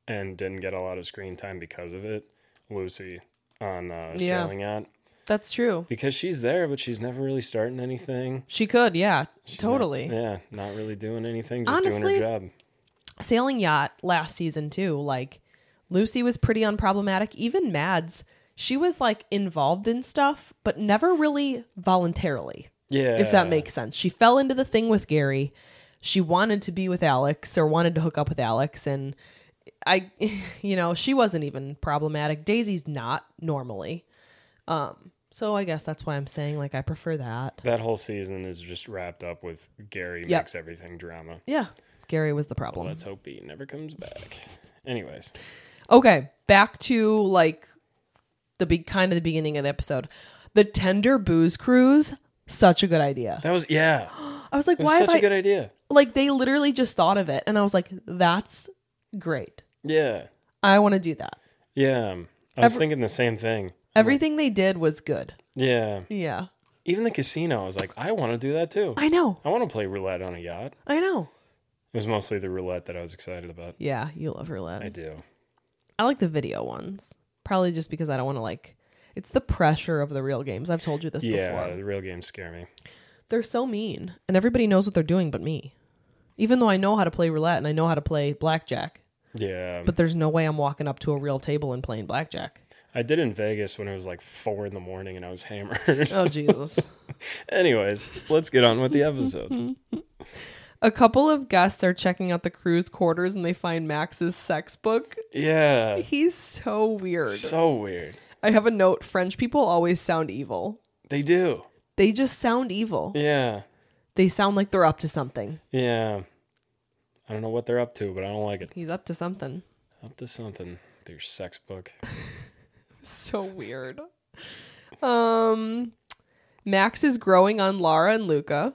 and didn't get a lot of screen time because of it? Lucy on uh,
Yeah.
Sailing Out.
That's true.
Because she's there, but she's never really starting anything.
She could, yeah,
She's not-
totally.
yeah, not really doing anything, just
Honestly-
doing her job.
Sailing yacht last season too. Like Lucy was pretty unproblematic. Even Mads, she was like involved in stuff, but never really voluntarily.
Yeah.
if that makes sense. She fell into the thing with Gary. She wanted to be with Alex or wanted to hook up with Alex and I (laughs) you know, she wasn't even problematic. Daisy's not normally. Um so I guess that's why I'm saying like I prefer that.
That whole season is just wrapped up with Gary
Yep.
makes everything drama.
Yeah. Gary was the problem.
Let's hope he never
(laughs)
comes back. Anyways,
Okay, back to like the big kind of the beginning of the episode. The tender booze cruise, such a good idea.
that was yeah,
I was like,
it was
why have
such a
I
good idea.
like they literally just thought of it and I was like, that's great.
Yeah,
I want to do that.
yeah. um, I was thinking the same thing.
Everything they did was good.
Yeah,
Yeah.
even the casino. I was like, I want to do that too.
I know.
I want to play roulette on a yacht.
I know.
It was mostly the roulette that I was excited about.
Yeah, you love
I
roulette.
do.
I like the video ones. Probably just because I don't want to like it's the pressure of the real games. I've told you this
Yeah,
before.
the real games scare me.
They're so mean and everybody knows what they're doing but me. Even though I know how to play roulette and I know how to play blackjack,
Yeah,
but there's no way I'm walking up to a real table and playing blackjack.
I did in Vegas when it was like four in the morning and I was hammered. (laughs)
Oh Jesus.
Anyways, let's get on with the episode.
(laughs) a couple of guests are checking out the crew's quarters and they find Max's sex book.
yeah,
He's so weird.
so weird.
I have a note French people always sound evil.
They do.
They just sound evil.
Yeah.
They sound like they're up to something.
Yeah. I don't know what they're up to, but I don't like it.
He's up to something. (laughs)
Up to something. Their sex book.
So weird. um Max is growing on Lara and Luca.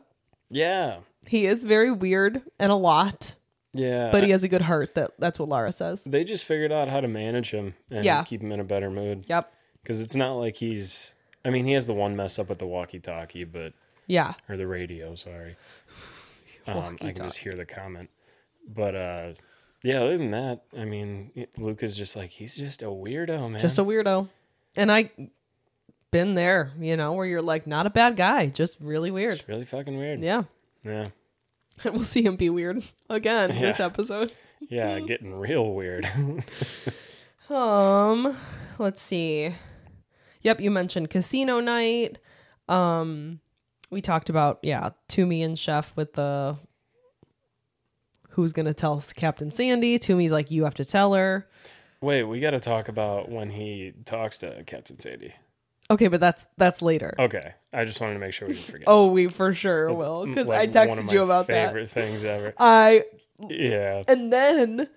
Yeah.
He is very weird and a lot,
Yeah.
but he has a good heart that that's what Lara says.
they just figured out how to manage him and
Yeah.
keep him in a better mood.
Yep.
Because it's not like he's. I mean, he has the one mess up with the walkie talkie, but.
Yeah.
Or the
(laughs)
radio, sorry. Um, I can just hear the comment. But, uh, yeah, other than that, I mean, Luke is just like, he's just a weirdo, man.
Just a weirdo. And I been there, you know, where you're like not a bad guy, just really weird.
really fucking weird.
Yeah. (laughs)
Yeah.
And we'll see him be weird again this
Yeah.
episode.
Yeah, getting real weird. (laughs)
Um, let's see. Yep, you mentioned casino night. Um, we talked about yeah, Toomey and Chef with the who's gonna tell Captain Sandy. Toomey's like, you have to tell her.
Wait, we got to talk about when he talks to Captain Sadie.
Okay, but that's that's later.
Okay, I just wanted to make sure we didn't forget.
Oh, we for sure will because I texted you about that.
Favorite things ever.
I (laughs)
Yeah,
and then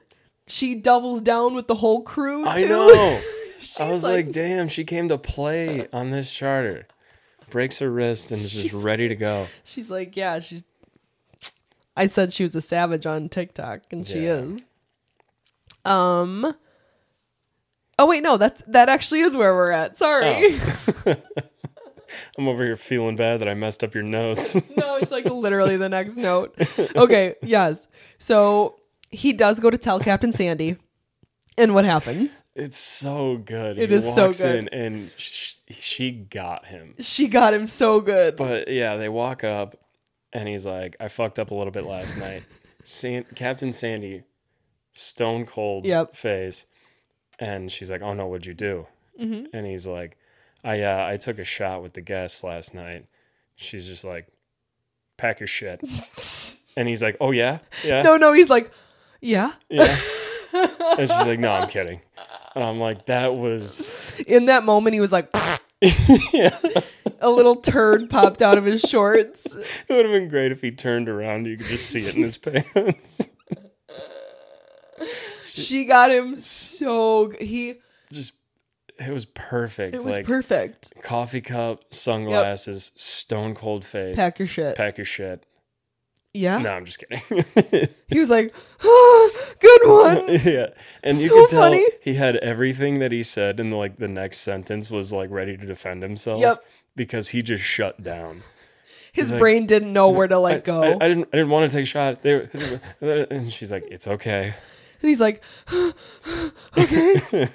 she doubles down with the whole crew. Too. (laughs)
I know. I was
like-
like, damn, she came
(laughs)
to play on this charter. Breaks her wrist and is just
She's-
ready
(laughs)
to go. (laughs)
She's like, yeah, she's. I said she was a savage on TikTok, and she
Yeah.
is. Um. Oh wait, no, that's that actually is where we're at.
Oh.
Sorry.
I'm over here feeling bad that I messed up your notes.
(laughs)
(laughs)
no, it's like literally the next note. Okay, yes. So he does go to tell Captain Sandy, and what happens?
it's so good.
It
he
is so
walks
good.
in and sh- she got him.
She got him so
(laughs)
good.
But yeah, they walk up, and he's like, "I fucked up a little bit last night." San- Captain Sandy, stone cold
Yep.
face, and she's like, "Oh no, what'd you do?" And he's like, "I uh, I took a shot with the guests last night." She's just like, "Pack your shit," and he's like, "Oh yeah, yeah,
No, no, he's like, yeah,
yeah," and she's like, "No, I'm kidding." And I'm like, that was (laughs)
In that moment, he was like, a little turd popped out of his shorts.
it would have been great if he turned around. You could just see it in his pants.
She got him so g- he.
just it was perfect.
It was
like
perfect.
coffee cup, sunglasses, stone cold face.
Pack Ah. your shit.
pack your shit.
yeah.
No, I'm just kidding.
He was like, (gasps) "Ah, good
(laughs)
one.
yeah, and you
So
could tell
funny.
he had everything that he said, and like the next sentence was like ready to defend himself.
Yep.
Because he just shut down.
His brain didn't know where to
I,
let go.
I, I didn't. I didn't want to take a shot. They were, (laughs) and she's like, "It's okay."
and he's like, (gasps)
(laughs)
okay.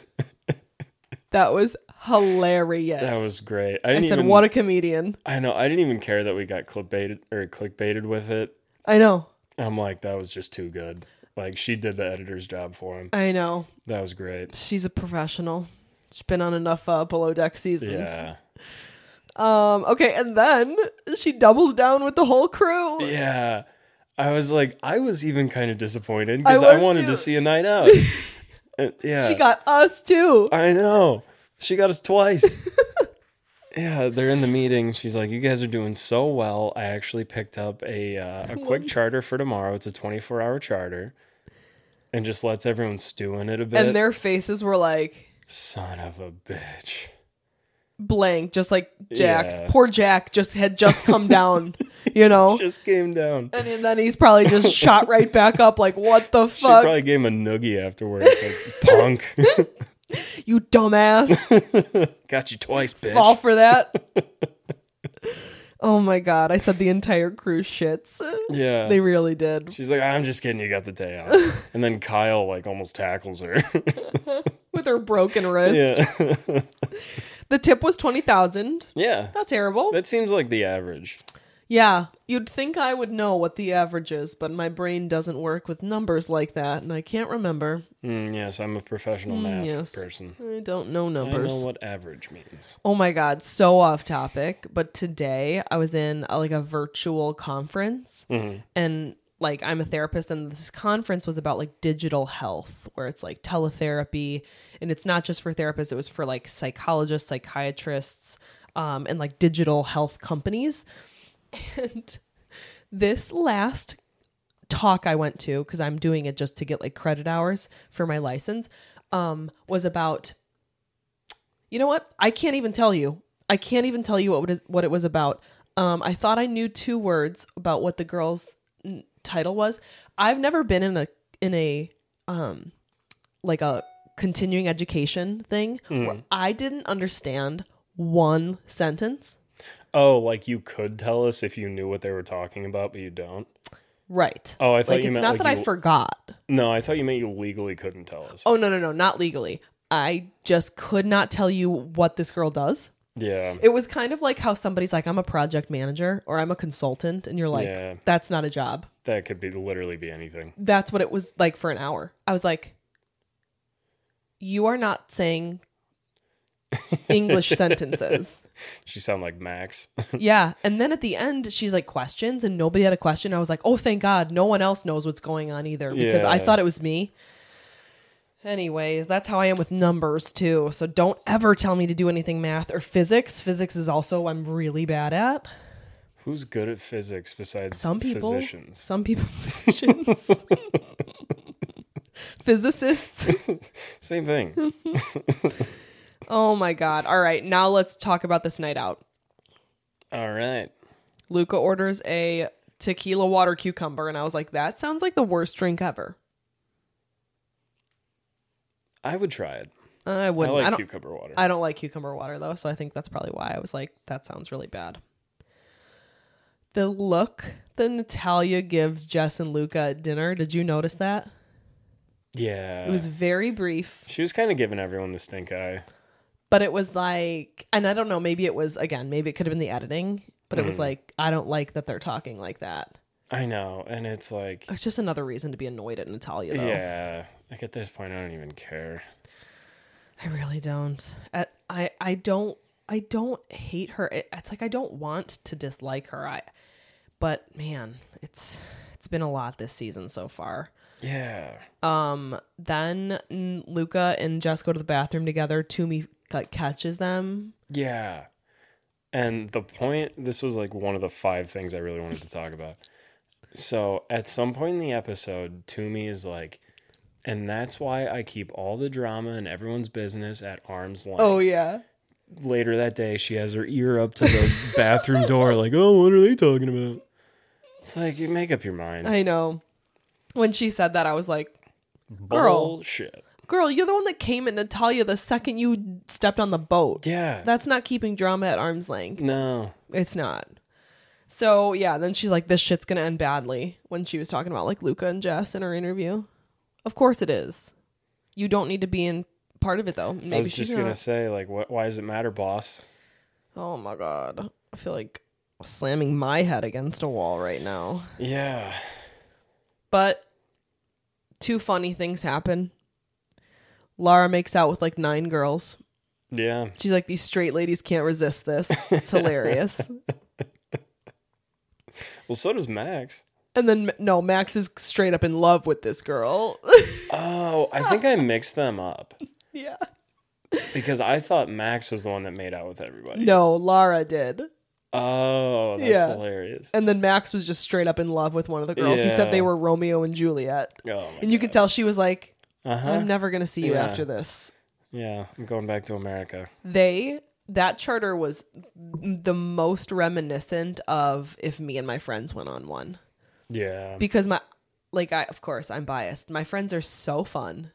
that was hilarious.
That was great. I
I
didn't
said,
even.
what a comedian.
I know. I didn't even care that we got clickbaited or clickbaited with it.
I know.
I'm like, that was just too good. Like she did the editor's job for him.
I know.
That was great.
She's a professional. She's been on enough uh, below deck seasons.
Yeah.
Um, okay, and then she doubles down with the whole crew.
Yeah. I was like, I was even kind of disappointed because
I
I,
was
wanted
too.
to see a
(laughs)
night out. Uh, yeah.
She got us too.
I know. She got
(laughs)
us twice. yeah, they're in the meeting. She's like, "You guys are doing so well. I actually picked up a uh, a
(laughs)
quick charter for tomorrow. It's a 24-hour charter." And just lets everyone stew in it a bit.
and their faces were like
Son of a bitch.
blank, just like Jack's.
Yeah.
Poor Jack just had just
(laughs)
come down, you know?
Just came down.
And then he's probably
(laughs)
just shot right back up, like, what the
She
fuck?
probably gave him a noogie afterwards.
(laughs)
Like, punk. (laughs)
you dumbass.
got you twice, bitch.
Fall for
(laughs)
that. oh my god, I said the entire crew
(laughs)
shits.
Yeah.
They really did.
She's like, I'm just kidding. You got
(laughs)
the day off. and then Kyle like almost tackles her. (laughs)
With her broken wrist.
yeah.
The tip was 20,000.
(laughs) yeah.
Not terrible.
That seems like the average.
Yeah, you'd think I would know what the average is, but my brain doesn't work with numbers like that, and I can't remember.
Mm, yes, I'm a professional math
Mm, yes.
person.
I don't know
I
numbers.
know what average means.
Oh my god, so off topic, but today I was in a, like a virtual conference and like I'm a therapist and this conference was about like digital health where it's like teletherapy and it's not just for therapists, it was for like psychologists, psychiatrists, um and like digital health companies. And this last talk I went to cuz I'm doing it just to get like credit hours for my license um was about you know what? I can't even tell you. I can't even tell you what it is, what it was about. Um, I thought I knew two words about what the girl's n- title was. I've never been in a in a um like a continuing education thing
Hmm.
where I didn't understand one sentence.
Oh, like you could tell us if you knew what they were talking about, but you don't.
Right.
Oh, I thought
like
you
it's
meant
not
like
that
you-
I forgot.
No, I thought you meant you legally couldn't tell us.
Oh no no no, not legally. I just could not tell you what this girl does.
Yeah.
It was kind of like how somebody's like, I'm a project manager or I'm a consultant, and you're like,
Yeah.
that's not a job.
That could be literally be anything.
That's what it was like for an hour. I was like, you are not
(laughs)
saying English sentences.
She sound like Max. (laughs)
Yeah. And then at the end, she's like, questions, and nobody had a question. I was like, oh, thank God. No one else knows what's going on either because I
Yeah.
thought it was me. Anyways, that's how I am with numbers too. So don't ever tell me to do anything math or physics. Physics is also I'm really bad at.
Who's good at physics besides
some people
physicians?
some people (laughs) physicians physicists
Same thing.
(laughs) oh my god all right now let's talk about this night out
All right.
luca orders a tequila water cucumber and i was like that sounds like the worst drink ever
I would try it.
i
I
wouldn't i,
like
don't
cucumber water.
i don't like cucumber water though so i think that's probably why i was like that sounds really bad the look that natalia gives jess and luca at dinner did you notice that
yeah.
it
Uh,
was very brief
she was kind of giving everyone the stink eye.
but it was like and i don't know maybe it was again maybe it could have been the editing but it was like i don't like that they're talking like that
I know. And it's like,
it's just another reason to be annoyed at natalia Oh, though
yeah. Like at this point, I don't even care.
i really don't At- i i don't i don't hate her It- it's like i don't want to dislike her i but man it's it's been a lot this season so far
Yeah.
Then mm, Luca and Jess go to the bathroom together. Toomey like catches them.
Yeah. And the point, this was like one of the five things I really wanted to talk about. So at some point in the episode, Toomey is like, and that's why I keep all the drama and everyone's business at arm's length.
Oh, yeah.
Later that day, she has her ear up to the bathroom door, like, oh, what are they talking about? It's like, you make up your mind.
I know. When she said that, I was like, girl.
Bullshit.
girl, you're the one that came at Natalia the second you stepped on the boat.
Yeah.
That's not keeping drama at arm's length.
no.
It's not. So yeah, then she's like, "This shit's gonna end badly." When she was talking about like Luca and Jess in her interview, of course it is. You don't need to be in part of it though. Maybe
I was
she's
just going to
not.
say, like, what, why does it matter, boss?
Oh my god, I feel like slamming my head against a wall right now.
Yeah.
But two funny things happen. Lara makes out with like nine girls.
Yeah.
She's like, "These straight ladies can't resist this." It's
(laughs)
hilarious.
Well, so does Max.
And then no, Max is straight up in love with this
(laughs)
girl.
Oh, I think I mixed them up
yeah.
because I thought Max was the one that made out with everybody.
No, Lara did.
Oh, that's
Yeah.
hilarious.
And then Max was just straight up in love with one of the girls. He said
Yeah.
they were Romeo and Juliet.
Oh my
And you could tell she was like,
Uh huh.
I'm never going to see you
Yeah.
after this.
Yeah, I'm going back to America.
They, that charter was the most reminiscent of if me and my friends went on one.
Yeah.
Because my, like, I, of course, I'm biased. My friends are so fun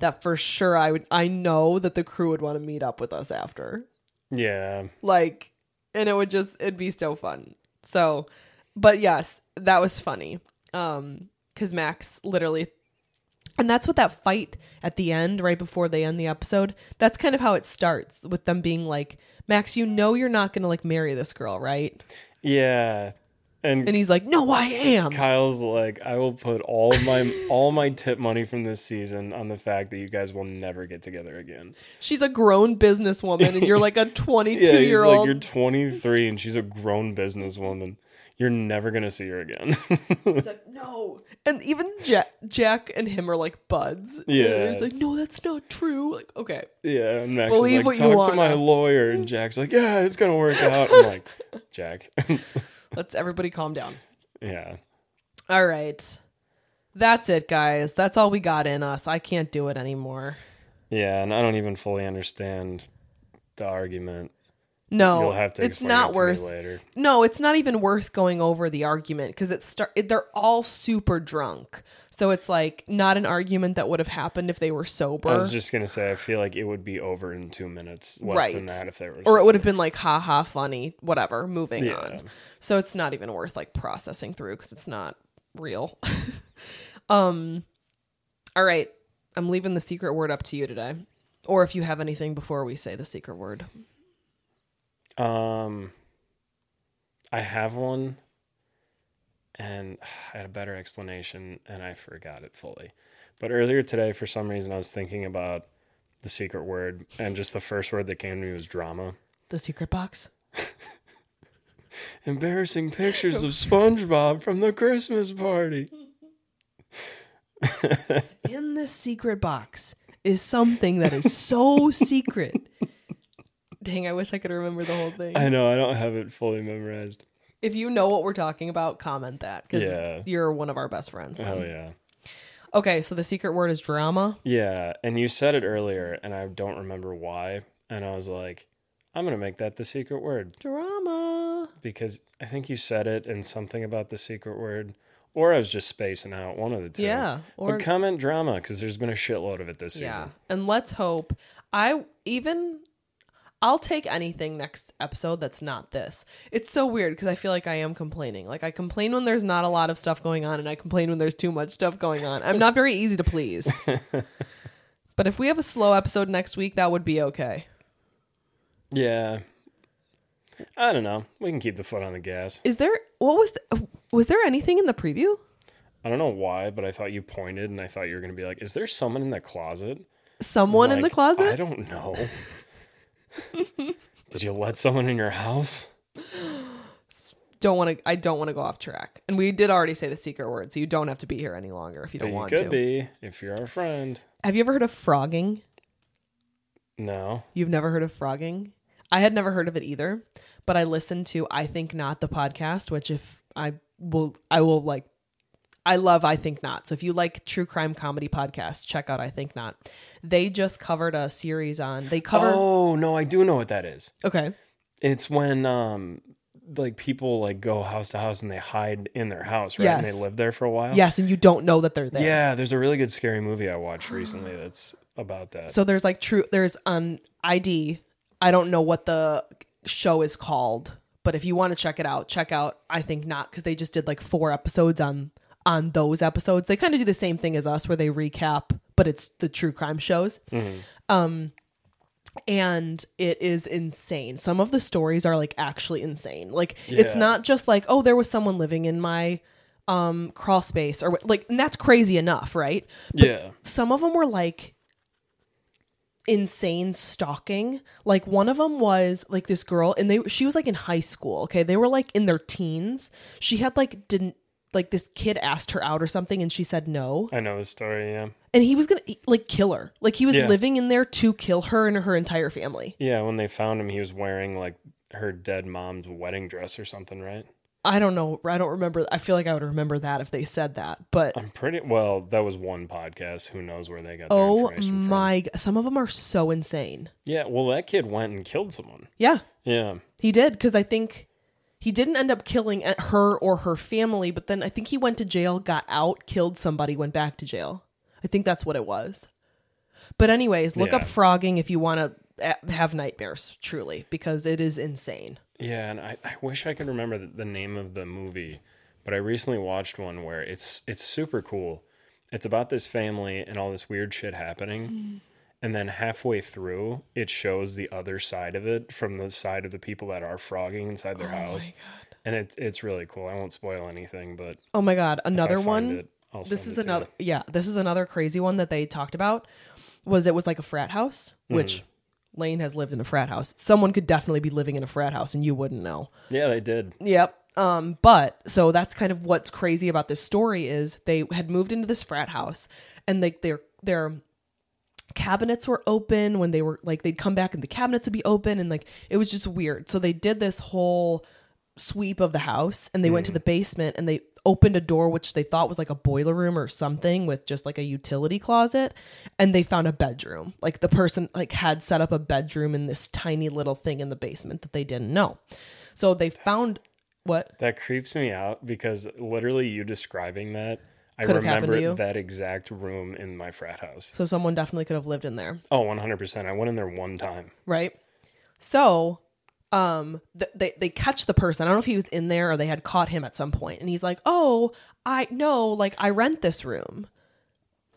that for sure I would, I know that the crew would want to meet up with us after.
Yeah.
like and it would just it'd be so fun so but yes that was funny um because max literally and that's what that fight at the end right before they end the episode that's kind of how it starts with them being like max you know you're not gonna like marry this girl right
Yeah. And,
and he's like no i am
Kyle's like, I will put all my all my tip money from this season on the fact that you guys will never get together again.
she's a grown businesswoman and you're like a 22
(laughs) Yeah, he's
year
like,
old
you're 23 and she's a grown businesswoman. You're never gonna see her again. (laughs)
no and even jack, jack and him are like buds And
Yeah.
he's like no that's not true like okay
Yeah, and Max
Believe
is like,
what you
talk to
wanna."
my lawyer, and Jack's like, yeah, it's gonna work out. I'm like, (laughs) Jack,
let's everybody calm down
yeah,
All right. That's it, guys. That's all we got in us. I can't do it anymore.
yeah, and I don't even fully understand the argument.
No,
You'll have to.
it's
explain
not
it to me
worth.
later.
No, it's not even worth going over the argument because it's start. It, they're all super drunk, so it's like not an argument that would have happened if they were sober,
I was just gonna say, I feel like it would be over in two minutes, less than
Right.
that if they were.
or it would have been like ha ha funny, whatever. Moving
Yeah.
on. So it's not even worth like processing through because it's not real. (laughs) um. All right, I'm leaving the secret word up to you today, or if you have anything before we say the secret word.
um, I have one, and I had a better explanation, and I forgot it fully. But earlier today, for some reason, I was thinking about the secret word, and just the first word that came to me was drama.
The secret box.
embarrassing pictures of SpongeBob from the Christmas party.
In this secret box is something that is so (laughs) secret. Dang, I wish I could remember the whole thing.
I know I don't have it fully memorized.
if you know what we're talking about, comment that because
Yeah.
you're one of our best friends. then.
Oh yeah.
Okay, so the secret word is drama.
Yeah, and you said it earlier and I don't remember why and I was like I'm going to make that the secret word
Drama.
because I think you said it and something about the secret word or I was just spacing out one of the two.
Yeah, or-
Or but comment drama cuz there's been a shitload of it this season.
Yeah. And let's hope I even I'll take anything next episode that's not this. It's so weird because I feel like I am complaining. Like I complain when there's not a lot of stuff going on and I complain when there's too much stuff going on. I'm not very easy to
(laughs)
please. but if we have a slow episode next week, that would be okay.
Yeah. I don't know. We can keep the foot on the gas.
Is there what was the, was there anything in the preview?
I don't know why, but I thought you pointed and I thought you were going to be like, is there someone in the closet?
Someone in the
Like, I
closet?
don't know. (laughs) Did you let someone in your house?
don't want to. I don't want to go off track. And we did already say the secret word, so you don't have to be here any longer if you don't
You
want
could
to.
be if you're our friend.
Have you ever heard of frogging?
No.
You've never heard of frogging? I had never heard of it either, but I listened to I think not the podcast, which if I will I will like I love I think not. So if you like true crime comedy podcasts, check out I think not. They just covered a series on they cover
Oh no, I do know what that is.
Okay.
It's when um like people like go house to house and they hide in their house, right? And they
Yes.
live there for a while.
Yes, and you don't know that they're there.
Yeah, there's a really good scary movie I watched recently that's about that.
So there's like true there's on ID. I don't know what the show is called, but if you want to check it out, check out I think not because they just did like four episodes on on those episodes. They kind of do the same thing as us where they recap, but it's the true crime shows. Um and it is insane. Some of the stories are like actually insane. Like it's
Yeah.
not just like oh there was someone living in my um crawl space or what- like and that's crazy enough, right?
yeah.
some of them were like insane stalking like one of them was like this girl and they she was like in high school okay they were like in their teens she had like didn't like this kid asked her out or something and she said no
I know the story, yeah.
and he was gonna e, like kill her like he was
Yeah.
living in there to kill her and her entire family
Yeah, when they found him he was wearing like her dead mom's wedding dress or something, right?
i don't know i don't remember i feel like i would remember that if they said that but
I'm pretty well, that was one podcast. Who knows where they got their
oh
information from.
my g- some of them are so insane
Yeah, well that kid went and killed someone.
yeah
Yeah.
He did because I think he didn't end up killing at her or her family, but then I think he went to jail, got out, killed somebody, went back to jail. I think that's what it was. But anyways, look up
Yeah.
frogging if you want to have nightmares. Truly, because it is insane.
Yeah, and I, I wish I could remember the, the name of the movie, but I recently watched one where it's it's super cool. It's about this family and all this weird shit happening.
Mm-hmm.
And then halfway through, it shows the other side of it from the side of the people that are frogging inside
Oh
their house. And it's it's really cool. I won't spoil anything, but if
Oh my god,
I
another
find
one.
it, I'll
this
send
is
it to you.
another yeah this is another crazy one that they talked about was it was like a frat house
Hmm.
which lane has lived in a frat house someone could definitely be living in a frat house and you wouldn't know
Yeah, they did.
Yep. Um, but so that's kind of what's crazy about this story is they had moved into this frat house and like their their cabinets were open when they were like they'd come back and the cabinets would be open and like it was just weird. So they did this whole sweep of the house and they went to the basement and they opened a door which they thought was like a boiler room or something with just like a utility closet and they found a bedroom like the person like had set up a bedroom in this tiny little thing in the basement that they didn't know so they found what
That creeps me out because literally you describing that, I
Could have happened to
remember
you.
that exact room in my frat house.
so someone definitely could have lived in there
Oh, 100%. I went in there one time.
right? So, um, th- they they catch the person. I don't know if he was in there or they had caught him at some point, and he's like, "Oh, I no, like I rent this room."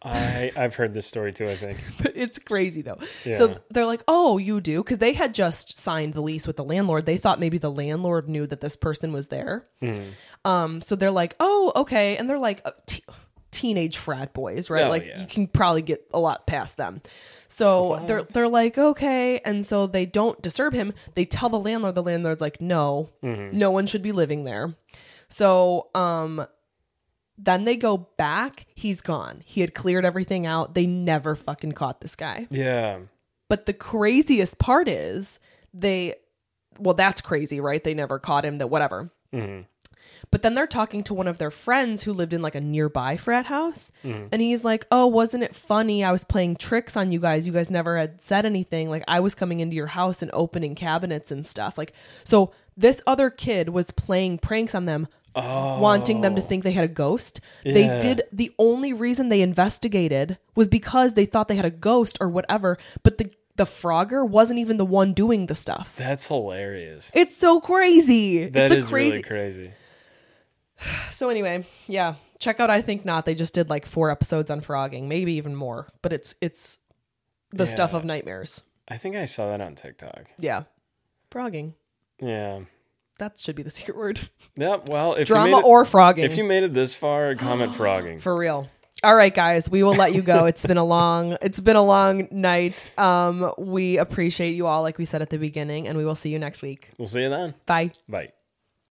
I I've heard this story too. I think.
(laughs) it's crazy though. So
Yeah.
they're like, "Oh, you do?" Because they had just signed the lease with the landlord. They thought maybe the landlord knew that this person was there.
Hmm.
Um, so they're like, "Oh, okay," and they're like, uh, te- teenage frat boys, right?
Oh,
like
yeah.
you can probably get a lot past them. So they're they're like, "Okay," and so they don't disturb him. They tell the landlord. The landlord's like, "No,
Mm-hmm.
no one should be living there." So, um, then they go back. He's gone. He had cleared everything out. They never fucking caught this guy.
Yeah.
But the craziest part is they, well, that's crazy, right? They never caught him, that whatever. But then they're talking to one of their friends who lived in like a nearby frat house. And he's like, Oh, wasn't it funny? I was playing tricks on you guys. You guys never had said anything. Like, I was coming into your house and opening cabinets and stuff. Like, so this other kid was playing pranks on them, wanting them to think they had a ghost. They
Yeah.
did the only reason they investigated was because they thought they had a ghost or whatever, but the the frogger wasn't even the one doing the stuff.
That's hilarious.
It's so crazy.
That
it's
is
a crazy.
really crazy.
so anyway, yeah, check out I think not. They just did like four episodes on frogging, maybe even more, but it's it's the stuff
Yeah.
of nightmares.
I think I saw that on TikTok.
Yeah. Frogging.
Yeah.
That should be the (laughs) secret word.
Yep. Well, if you
Drama
made it,
or frogging.
if you made it this far, comment frogging.
For real. All right, guys, we will let you go. It's been a long, (laughs) it's been a long night. Um, we appreciate you all, like we said at the beginning, and we will see you next week.
We'll see you then.
Bye.
Bye.